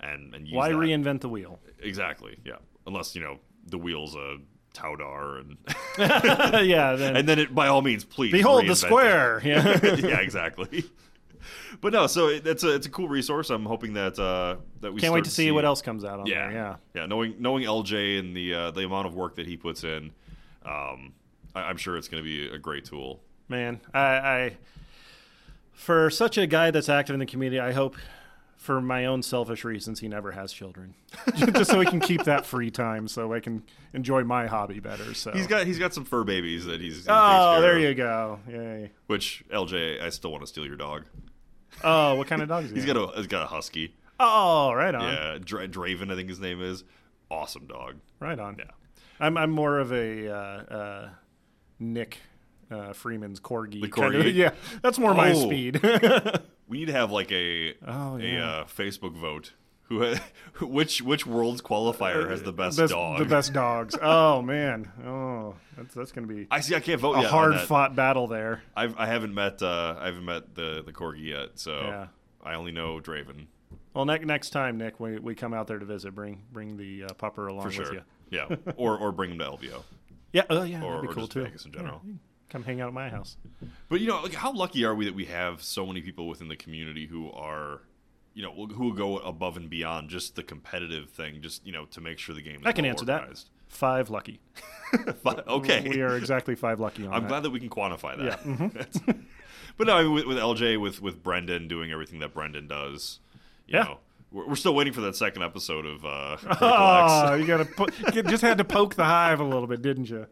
and and use Why that. reinvent the wheel? Exactly. Yeah. Unless you know the wheels a Taudar and yeah. Then, and then it by all means please behold reinvent the it. square. Yeah. yeah, exactly. But no, so it, it's a it's a cool resource. I'm hoping that uh, that we Can't start wait to see see what else comes out on Yeah, there. Oh, Yeah. yeah. Knowing knowing LJ and the uh, the amount of work that he puts in, um, I, I'm sure it's going to be a great tool. Man, I, I for such a guy that's active in the community, I hope for my own selfish reasons he never has children, just so he can keep that free time, so I can enjoy my hobby better. So He's got he's got some fur babies that he's he Oh, takes care there of, you go. Yay. Which LJ, I still want to steal your dog. Oh, what kind of dog is he? He's got a he's got a husky. Oh, right on. Yeah, Dra- Draven, I think his name is. Awesome dog. Right on. Yeah. I'm I'm more of a uh, uh, Nick uh, Freeman's corgi. The kind of- corgi? yeah, that's more my Oh. speed. We need to have like a Oh, a yeah. uh, Facebook vote. Who ha- which which world's qualifier has the best, Best- dog? The best dogs. Oh man. Oh, that's that's gonna be I see. I can't vote a yet. on hard that. fought battle there. I've, I haven't met uh, I haven't met the the corgi yet, so Yeah. I only know Draven Well, ne- next time, Nick, when we come out there to visit, bring bring the uh, pupper along for with sure. you. Yeah, or or bring him to LVO Yeah. Oh yeah. or, that'd be or cool just too. Vegas in general. Come hang out at my house. But you know, like, how lucky are we that we have so many people within the community who are, you know, who go above and beyond just the competitive thing, just you know, to make sure the game. Is I can well answer organized. that. Five lucky. But, okay, We are mm-hmm. exactly five lucky on I'm that. glad that we can quantify that. That's- but no, I mean, with, with LJ, with with Brendan doing everything that Brendan does, you Yeah. know, we're, we're still waiting for that second episode of uh, Critical Oh, X. you gotta po- you just had to poke the hive a little bit, didn't you?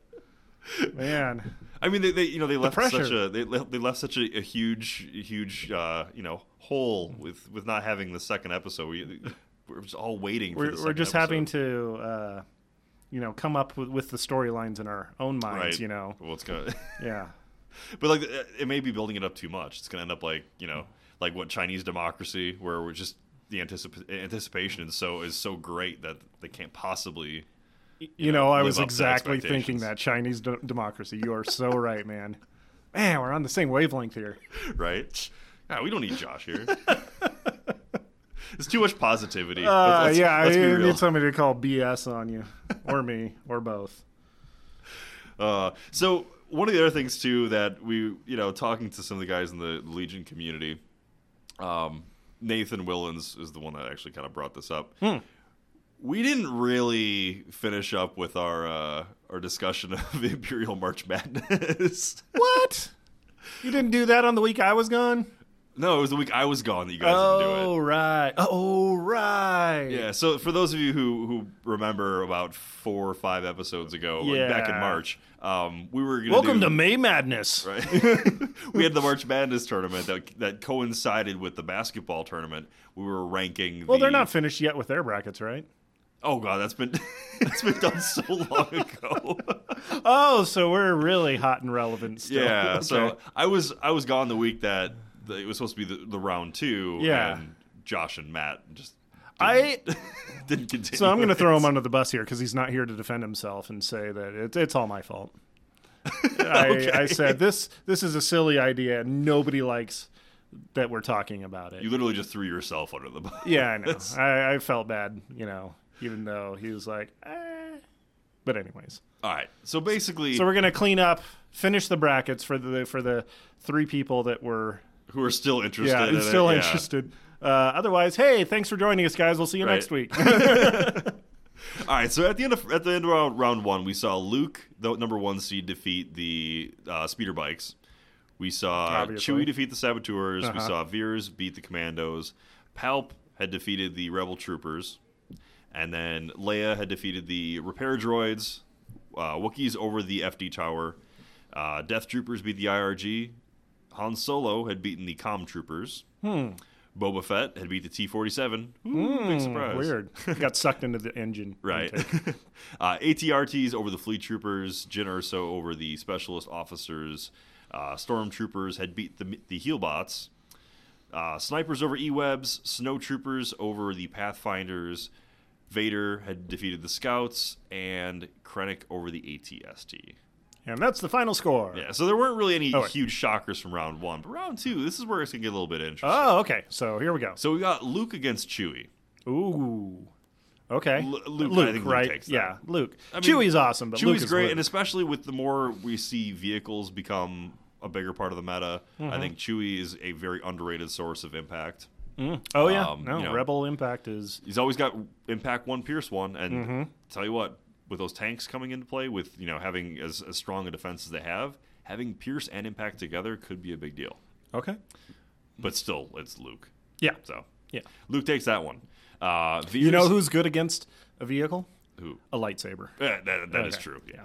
Man, I mean, they, they you know they left such pressure. a they, le- they left such a, a huge huge uh, you know hole with with not having the second episode. We, we're just all waiting. for we're, the we're second just episode. having to, uh, you know, come up with, with the storylines in our own minds. right. You know, well, it's gonna, yeah. but like uh, it may be building it up too much. It's gonna end up like you know like what Chinese democracy, where we're just the anticip- anticipation is so is so great that they can't possibly. You, know, I live was up to exactly thinking expectations. that Chinese de- democracy. You are so right, man. Man, we're on the same wavelength here. right? Yeah, we don't need Josh here. it's too much positivity. Uh, Let's- let's- yeah, let's be I real. need somebody to call BS on you, or me, or both. Uh, so one of the other things too that we you know talking to some of the guys in the Legion community, um, Nathan Willens is the one that actually kind of brought this up. Hmm. We didn't really finish up with our uh, our discussion of Imperial March Madness. What? You didn't do that on the week I was gone? no, it was the week I was gone that you guys didn't do it. Oh, right. Oh, right. Yeah, so for those of you who, who remember about four or five episodes ago, like, Yeah. back in March, um, we were gonna Welcome do- to May Madness. right? we had the March Madness tournament that that coincided with the basketball tournament. We were ranking. Well, the- they're not finished yet with their brackets, right? Oh god, that's been it's been done so long ago. Oh, so we're really hot and relevant still. yeah. Okay. So I was I was gone the week that the, it was supposed to be the, the round two. Yeah. And Josh and Matt just I didn't continue. so I'm going to with throw it. him under the bus here because he's not here to defend himself and say that it's it's all my fault. I, I said this this is a silly idea. and Nobody likes that we're talking about it. You literally just threw yourself under the bus. yeah, I know. I, I felt bad, you know, even though he was like, eh. but anyways. All right. So basically, So we're going to clean up, finish the brackets for the for the three people that were who are still interested? yeah, in and still it, yeah. interested. Uh, otherwise, hey, thanks for joining us, guys. We'll see you Right. next week. All right, so at the end of at the end of round, round one, we saw Luke, the number one seed, defeat the uh, speeder bikes. We saw Obviously. Uh-huh. Chewie defeat the saboteurs. We saw Veers beat the commandos. Palp had defeated the rebel troopers, and then Leia had defeated the repair droids. Uh, Wookiees over the FD tower. Uh, Death troopers beat the IRG. Han Solo had beaten the com troopers. Hmm. Boba Fett had beat the T forty seven. Big surprise. Weird. Got sucked into the engine. Right. uh, ATRTs over the fleet troopers, Jin Erso over the specialist officers, uh, stormtroopers had beat the, the heel bots, uh, snipers over E-webs, snow troopers over the pathfinders, Vader had defeated the scouts, and Krennic over the ATST. And that's the final score. Yeah, so there weren't really any All right. huge shockers from round one, but round two, this is where it's going to get a little bit interesting. Oh, okay. So here we go. so we got Luke against Chewie. Ooh. Okay. Lu- Luke, I think Luke right? takes that. yeah, Luke. I mean, Chewie's awesome, but Chewie's Luke is great, Luke. and especially with the more we see vehicles become a bigger part of the meta, Mm-hmm. I think Chewie is a very underrated source of impact. oh yeah, um, no you know. Rebel Impact is He's always got impact one, pierce one, and Mm-hmm. tell you what, with those tanks coming into play, with you know having as, as strong a defense as they have, having pierce and impact together could be a big deal. okay. But still, it's Luke, Yeah, so yeah. Luke takes that one. Uh, You know who's good against a vehicle? who? A lightsaber. Yeah, that, that is Okay. true. Yeah.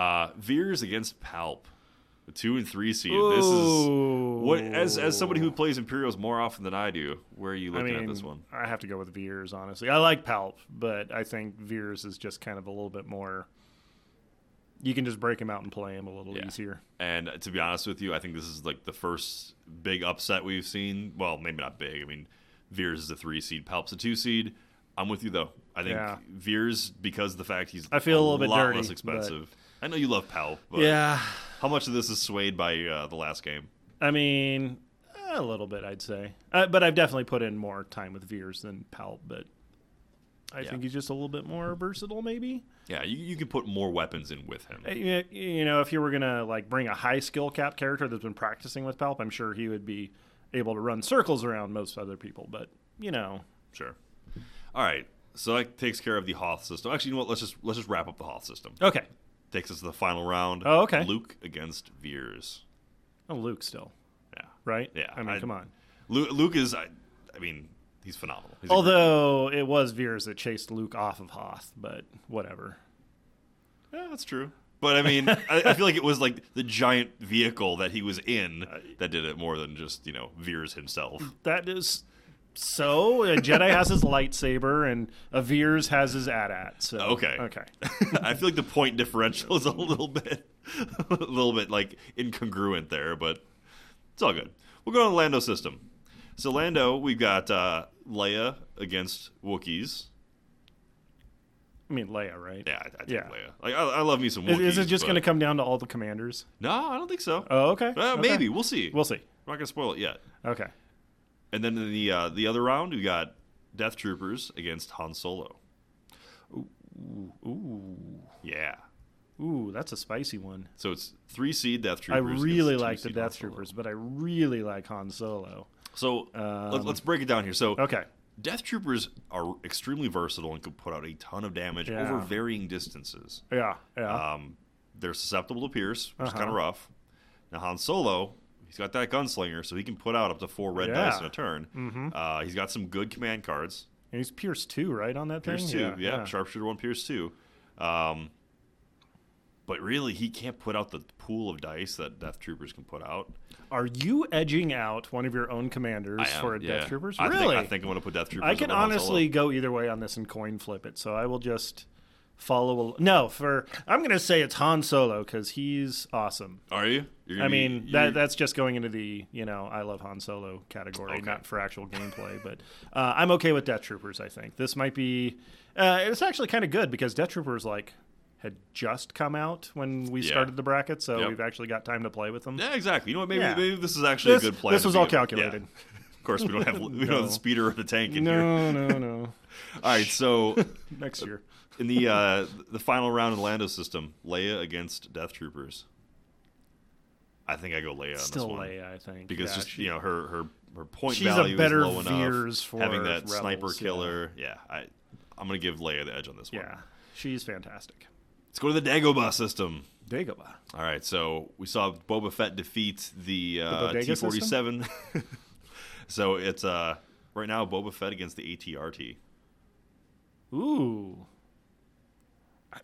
Uh, Veers against Palp, the two and three seed. This is what as as somebody who plays Imperials more often than I do. Where are you I looking mean, at this one? I have to go with Veers, honestly. I like Palp, but I think Veers is just kind of a little bit more. You can just break him out and play him a little Yeah. easier. And uh, to be honest with you, I think this is like the first big upset we've seen. Well, maybe not big. I mean, Veers is a three seed. Palp's a two seed. I'm with you though. I think Yeah. Veers because of the fact he's I feel a little bit lot dirty, less but- expensive. I know you love Palp, but Yeah, how much of this is swayed by uh, the last game? I mean, a little bit, I'd say. Uh, but I've definitely put in more time with Veers than Palp, but I Yeah. think he's just a little bit more versatile, maybe. Yeah, you, you can put more weapons in with him. Uh, You you know, if you were gonna like bring a high skill cap character that's been practicing with Palp, I'm sure he would be able to run circles around most other people. But you know, Sure. All right. So that takes care of the Hoth system. Actually, you know what? Let's just let's just wrap up the Hoth system. okay, Takes us to the final round. Oh, okay. Luke against Veers. oh Luke still, Yeah. right? Yeah, I mean, I- come on. Lu Luke is. I, I mean, he's phenomenal. He's a great- Although it was Veers that chased Luke off of Hoth, but whatever. yeah, that's true. But I mean, I, I feel like it was like the giant vehicle that he was in Uh, that did it more than just you know Veers himself. That is so. A Jedi has his lightsaber, and a Veers has his AT-AT. So Okay. okay. I feel like the point differential is a little bit, a little bit like incongruent there, but it's all good. We'll go on the Lando system. So Lando, we've got uh, Leia against Wookiees. I mean Leia, right? Yeah, I, I take Yeah. Leia. Like, I, I love me some Wookiees. Is, is it just but- going to come down to all the commanders? No, I don't think so. Oh, okay. Uh, Okay. Maybe we'll see. We'll see. We're not gonna spoil it yet. Okay. And then in the uh, the other round, we got Death Troopers against Han Solo. Ooh, ooh, yeah. Ooh, that's a spicy one. So it's three seed Death I Troopers. against really two like the seed Han Death Solo. Troopers, but I really like Han Solo. So let, us break it down here. So Um, Okay. Death Troopers are extremely versatile and can put out a ton of damage Yeah. over varying distances. Yeah, yeah. Um, they're susceptible to pierce, which is Uh-huh. kind of rough. Now Han Solo, he's got that gunslinger, so he can put out up to four red dice Yeah. Mm-hmm. in a turn. Uh, he's got some good command cards. and he's Pierce two, right on that Pierce thing. two, yeah, sharpshooter one, Pierce two. Um, but really, he can't put out the pool of dice that Death Troopers can put out. Are you edging out one of your own commanders I am, for a yeah. Death Troopers? I really? think, I think I'm going to put Death Troopers. I can over Han Solo. honestly go either way on this and coin flip it. So I will just follow. Al- no, for I'm going to say it's Han Solo because he's awesome. Are you? You're I gonna be- mean, you're- that, that's just going into the you know I love Han Solo category, Okay. not for actual gameplay. But uh, I'm okay with Death Troopers. I think this might be. Uh, it's actually kind of good because Death Troopers like had just come out when we Yeah. started the bracket, so Yep. we've actually got time to play with them. Yeah, exactly. You know what? Maybe, Yeah. maybe this is actually This- a good plan. this to was all beat 'em. Yeah. calculated. Of course, we don't have we don't have No. the speeder or the tank in here. No, no, no. All right, so Next year. in the uh, the final round of the Lando system, Leia against Death Troopers. I think I go Leia on Still this one Leia, I think. because yeah, just E she- you know her her her point She's a value better is low Veers enough. for having that sniper Rebels, yeah. killer, yeah. I I'm gonna give Leia the edge on this one. Yeah, she's fantastic. Let's go to the Dagobah system. Dagobah. All right, so we saw Boba Fett defeat the uh, bodega T forty seven. So it's uh right now Boba Fett against the ATRT. Ooh. I-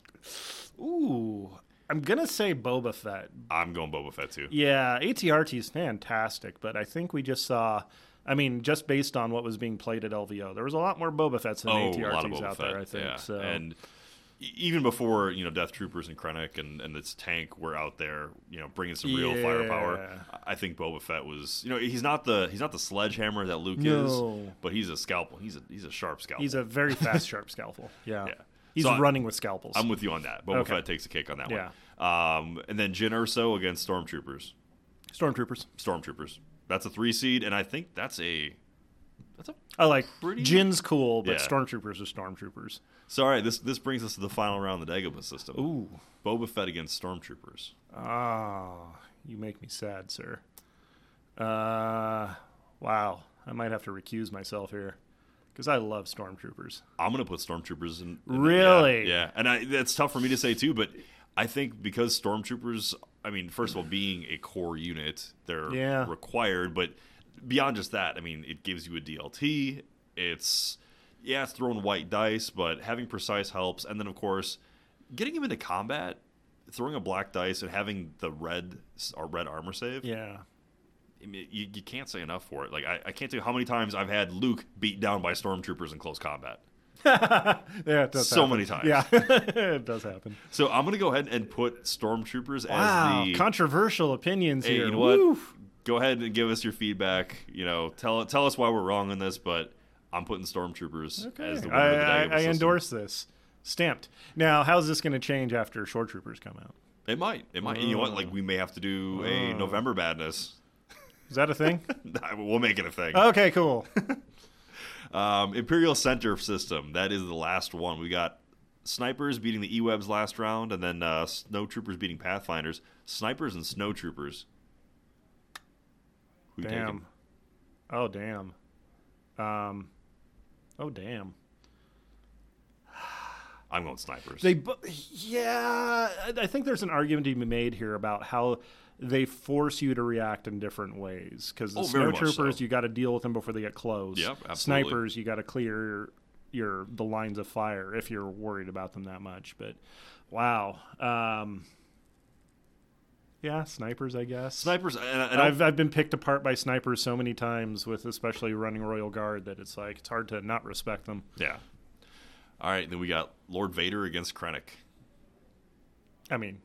Ooh. I'm going to say Boba Fett. I'm going Boba Fett too. Yeah, ATRT is fantastic, but I think we just saw. I mean, just based on what was being played at LVO, there was a lot more Boba Fetts than Oh, a lot of ATRTs Boba out Fett. there, I think. yeah. So. And e- even before you know Death Troopers and Krennic and and its tank were out there, you know, bringing some real Yeah. firepower. I I think Boba Fett was, you know, he's not the he's not the sledgehammer that Luke is, No. but he's a scalpel. He's a he's a sharp scalpel. He's a very fast, sharp scalpel. Yeah. Yeah. He's So I- running with scalpels. I'm with you on that. Boba Okay. Fett takes a cake on that Yeah. one. Um, and then Jin Urso against Stormtroopers. Stormtroopers. Stormtroopers. That's a three seed, and I think that's a that's a I like Pretty- Jin's cool, but Yeah. Stormtroopers are Stormtroopers. So all right, this this brings us to the final round of the Dagobah system. Ooh. Boba Fett against Stormtroopers. Ah, you make me sad, sir. Uh, wow. I might have to recuse myself here because I love stormtroopers. I'm gonna put Stormtroopers in. in- Really? Yeah, yeah. and I, that's tough for me to say too, but I think because Stormtroopers, I mean, first of all, being a core unit, they're Yeah. required. But beyond just that, I mean, it gives you a DLT. It's yeah, it's throwing white dice, but having precise helps, and then of course, getting him into combat, throwing a black dice, and having the red s- or red armor save. Yeah. I mean, you, you can't say enough for it. Like I, I can't tell you how many times I've had Luke beat down by stormtroopers in close combat. Yeah, it does So happen. many times. Yeah, it does happen. So I'm gonna go ahead and put stormtroopers Wow, as the. controversial opinions hey, here. you know what? Woof. Go ahead and give us your feedback. You know, tell tell us why we're wrong on this, but I'm putting stormtroopers as the winner I, of the Dagobah I- I system. endorse this. Stamped. Now, how's this going to change after short troopers come out? It might. It might. You know Uh. what? Like we may have to do a November madness. Is that a thing? we'll make it a thing. okay, cool. Um, Imperial Center system. That is the last one. We got snipers beating the E-webs last round, and then uh, snowtroopers beating pathfinders. Snipers and snowtroopers. Who you taking? Damn. Oh damn. Um. Oh damn. I'm going snipers. They, bo- yeah, I- I think there's an argument to be made here about how they force you to react in different ways. Because the Oh, very much snowtroopers, so. you got to deal with them before they get close. Yep, absolutely. Snipers, you got to clear your the lines of fire if you're worried about them that much. But wow, um, yeah, snipers, I guess. snipers. And, I- and I've I've, I've been picked apart by snipers so many times with especially running Royal Guard that it's like it's hard to not respect them. yeah. All right. Then we got Lord Vader against Krennic. I mean,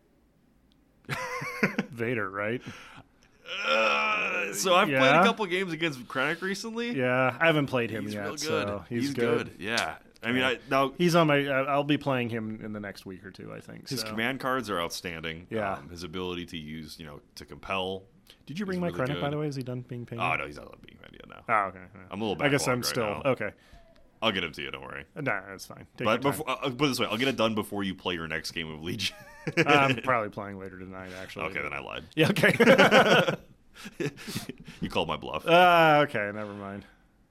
Vader, right? Uh, so I've played Yeah. a couple games against Krennic recently. Yeah, I haven't played him He's yet. real good. So he's, good. good. Yeah. I mean, I, now He's on my. I- I'll be playing him in the next week or two. I think. his so. command cards are outstanding. Yeah. Um, his ability to use, you know, to compel. Did you is bring my really Krennic, by good. the way? Is he done being painted? Oh no, he's not being ready now. Oh, okay. I'm a little I guess backlogged I'm right still now. okay. I'll get them to you. Don't worry. Nah, that's fine. Take But your time. before, I'll I'll put it this way, I'll get it done before you play your next game of Legion. I'm probably playing later tonight, actually. okay, then I lied. Yeah, okay. you called my bluff. uh, okay, never mind.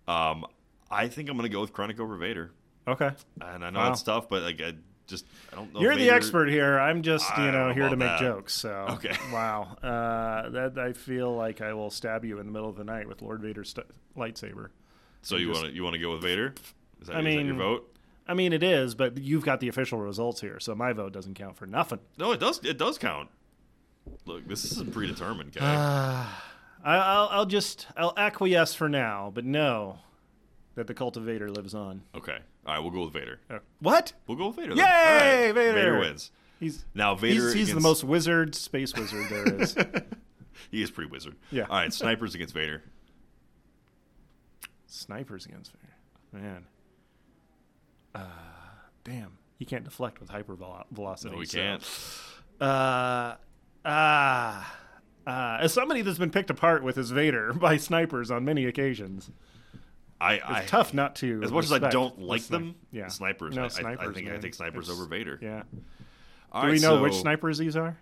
Um, I think I'm gonna go with Chronic over Vader, Okay. and I know Wow. it's tough, but like I just I don't know. You're the Vader- expert here. I'm just, I you don't know, know here to about make that. jokes. So, Okay. wow. Uh, that I feel like I will stab you in the middle of the night with Lord Vader's st- lightsaber. So you want to you want to go with Vader? Is that, I is that your mean- vote? I mean, it is, but you've got the official results here, so my vote doesn't count for nothing. No, it does. It does count. Look, this isn't predetermined, guy. I, I'll, I'll just, I'll acquiesce for now, but know that the cultivator lives on. okay, all right, we'll go with Vader. What? We'll go with Vader. Yay, then. All right, Vader! Vader wins. He's Now Vader. he's, he's the against- most wizard space wizard there is. He is pretty wizard. Yeah. All right, snipers against Vader. Snipers against Vader, man. Uh, damn, he can't deflect with hyper velo- velocity. No, we so- can't. Uh, ah, ah. As somebody that's been picked apart with his Vader by snipers on many occasions, I, it's I tough not to. As much as I respect don't the like sni- them, yeah, snipers, No, I- I- I snipers. think- I man. think snipers It's- over Vader. Yeah. All Do we right, know which so, snipers these are?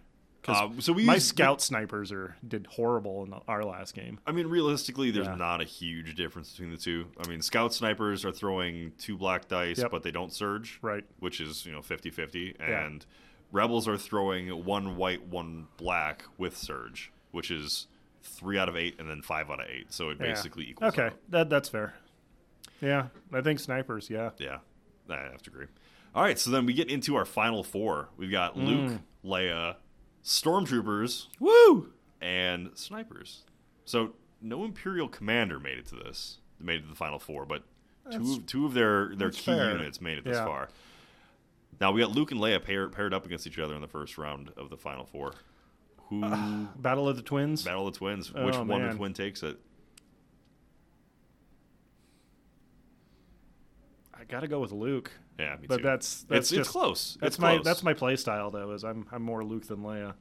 Uh, so we My use- scout snipers are did horrible in the- our last game. I mean, realistically, there's Yeah. not a huge difference between the two. I mean, scout snipers are throwing two black dice, Yep. but they don't surge, Right. Which is you know 50-50. Yeah. and rebels are throwing one white, one black with surge, which is three out of eight and then five out of eight. So it Yeah. basically equals Okay, out. that that's fair. Yeah, I think snipers. Yeah. Yeah, I have to agree. All right, so then we get into our final four. We've got Hmm. Luke, Leia, stormtroopers, Woo! and snipers. So no Imperial commander made it to this, made it to the final four, but two of, two of their their that's key fair. units made it this Yeah. far. Now we got Luke and Leia paired, paired up against each other in the first round of the final four. Who Battle of the Twins. battle of the twins? Which one Oh, of man. the twin takes it? I gotta go with Luke. Yeah, me But too. that's- it's, that's it's just- close. That's it's my close. that's my play style though. Is I'm I'm more Luke than Leia.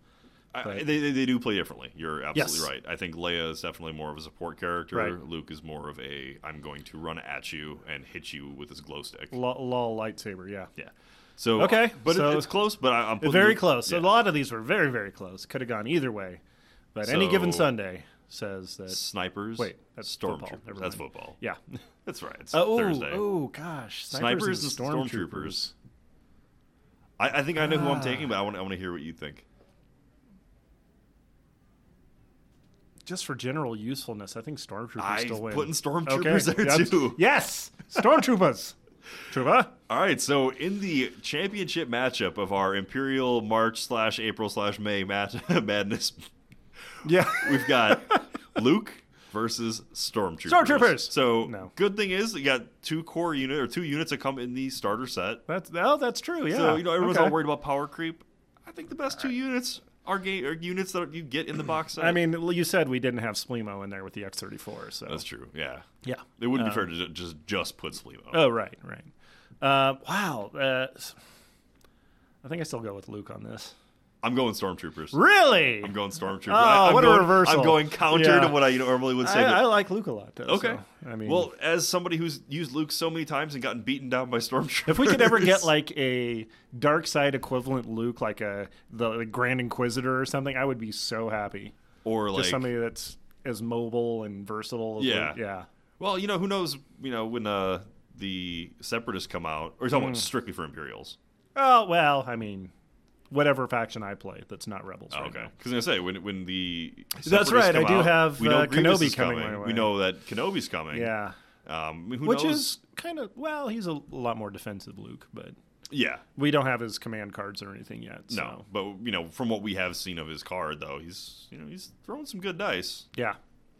I- but- they, they they do play differently. You're absolutely Yes. right. I think Leia is definitely more of a support character. Right. Luke is more of a I'm going to run at you and hit you with this glow stick. Lol, lol lightsaber. Yeah. Yeah. So uh, Okay, but it- so- it's close. But I, I'm putting Very Luke- close. yeah. A lot of these were very very close. Could have gone either way. But any given So- Sunday says that. Snipers. Wait, that's stormtroopers. football. Never That's mind. football. Yeah. that's right. It's Oh, Thursday. oh gosh. snipers, and stormtroopers. I, I think I know who Ah. I'm taking, but I want I want to hear what you think. Just for general usefulness, I think stormtroopers I'm still win. putting stormtroopers there Yep. too. Yes, stormtroopers. Trooper. All right, so in the championship matchup of our Imperial March slash April slash May mat- madness Yeah. We've got Luke versus Stormtroopers. Stormtroopers! So No. good thing is you got two core unit or two units that come in the starter set. That's oh, that's true. Yeah. So you know everyone's Okay. all worried about power creep. I think the best two units are, ga- are units that you get in the box set. I mean, well, you said we didn't have Splemo in there with the X thirty four, so that's true. Yeah, yeah. Um, it wouldn't be fair to ju- just just put Splemo. Oh right, right. Uh, wow. Uh, s- I think I still go with Luke on this. I'm going Stormtroopers. Really? I'm going Stormtroopers. Oh, I, am what a going, reversal. I'm going counter Yeah. to what I normally would say. I, but- I like Luke a lot. Though, okay. so, I mean, well, as somebody who's used Luke so many times and gotten beaten down by Stormtroopers, if we could ever get like a dark side equivalent Luke, like a the like, Grand Inquisitor or something, I would be so happy. or like Just somebody that's as mobile and versatile. As Yeah. Luke. yeah. Well, you know, who knows, you know, when uh, the Separatists come out, or Hmm. talking about strictly for Imperials. Oh well, I mean, whatever faction I play, that's not Rebels. right now. Because I was gonna say when when the That's Separatists right, I come do out, have, we know uh, Grievous Kenobi is coming coming. my way. We know that Kenobi's coming. Yeah. Um, who Which knows? is kind of well, he's a lot more defensive Luke, but yeah. we don't have his command cards or anything yet. So. No, but you know, from what we have seen of his card, though, he's you know he's throwing some good dice. Yeah.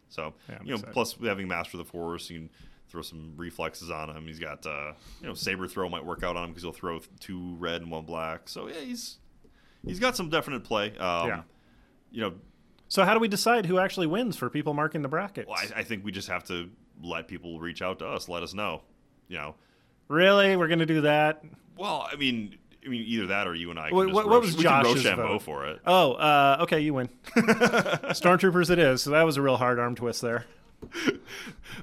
So Yeah, I'm you know, excited. plus having Master of the Force, you can throw some reflexes on him. He's got uh, you know saber throw might work out on him because he'll throw th- two red and one black. So yeah, he's he's got some definite play. Um, Yeah. You know, So how do we decide who actually wins for people marking the brackets? well, I, I think we just have to let people reach out to us, let us know. You know, really, we're gonna do that? well, I mean, I mean, either that or you and I. Can Wha- just what- what roach- was we can Josh's Rochambeau vote? for it? Oh, uh, okay, you win. Stormtroopers, it is. So that was a real hard arm twist there.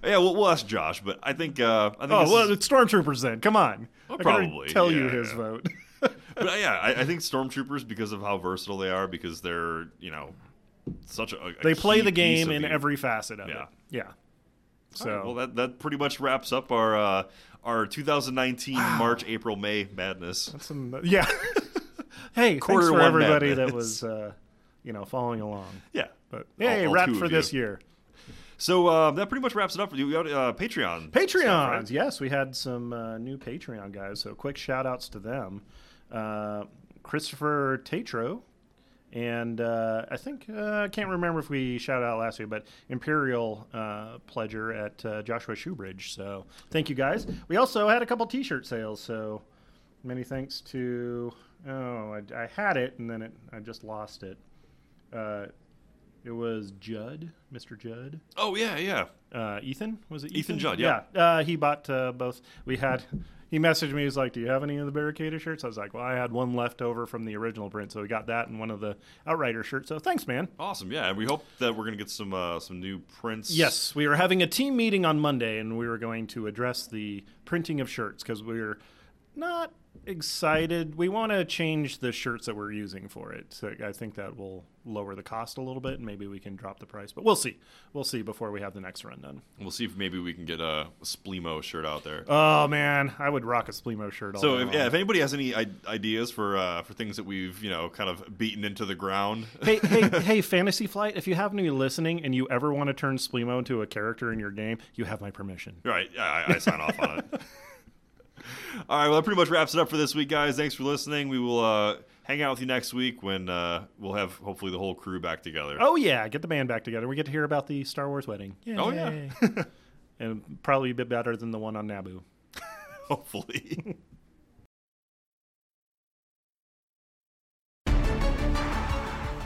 yeah, we'll, we'll ask Josh, but I think uh, I think. Oh this well, is- it's stormtroopers then. Come on, I can already probably, tell you yeah, his yeah. vote. but uh, yeah, I, I think stormtroopers because of how versatile they are, because they're you know such a, a they play key the piece game of in the- every facet of Yeah. it. Yeah. So All right, well, that that pretty much wraps up our uh, our 2019 March, April, May madness. some yeah. hey, uh, Quarter thanks for one everybody that madness. was uh, you know following along. Yeah, But All- hey, all wrap two for of this you. year. So uh, that pretty much wraps it up for you. We got uh, Patreon. Patreons, stuff, right? yes, we had some uh, new Patreon guys, so quick shout outs to them. Uh, Christopher Tatro, and uh, I think uh, I can't remember if we shouted out last week, but Imperial uh, Pledger at uh, Joshua Shoebridge. So thank you guys. We also had a couple T-shirt sales, so many thanks to. Oh, I, I had it and then it, I just lost it. Uh, it was Judd, Mr. Judd Oh yeah, yeah. uh, Ethan was it? Ethan Judd, yeah. Uh, he bought uh, both. We had. He messaged me. He was like, "Do you have any of the Barricada shirts?" I was like, "Well, I had one left over from the original print, so we got that and one of the Outrider shirts." So thanks, man. Awesome. Yeah, and we hope that we're gonna get some uh, some new prints. Yes, we were having a team meeting on Monday, and we were going to address the printing of shirts because we were not excited. We want to change the shirts that we're using for it. So I think that will lower the cost a little bit, and maybe we can drop the price. But we'll see. We'll see before we have the next run done. We'll see if maybe we can get a Splemo shirt out there. Oh man, I would rock a Splemo shirt. All so day if, long. yeah, if anybody has any I- ideas for uh, for things that we've you know kind of beaten into the ground, hey, hey, hey, Fantasy Flight, if you happen to be listening and you ever want to turn Splemo into a character in your game, you have my permission. right? I, I sign off on it. All right. Well, that pretty much wraps it up for this week, guys. Thanks for listening. We will uh, hang out with you next week when uh, we'll have hopefully the whole crew back together. Oh yeah, get the band back together. We get to hear about the Star Wars wedding. Oh, yeah. Yay. and probably a bit better than the one on Naboo. Hopefully.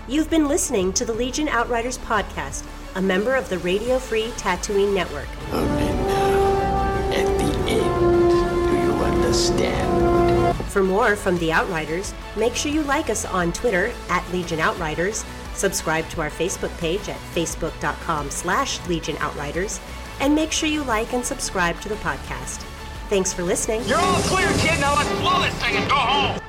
You've been listening to the Legion Outriders podcast, a member of the Radio Free Tatooine Network. Only now, at the end, do you understand? For more from the Outriders, make sure you like us on Twitter at Legion Outriders, subscribe to our Facebook page at facebook.com slash Legion Outriders, and make sure you like and subscribe to the podcast. Thanks for listening. You're all clear, kid. Now let's blow this thing and go home.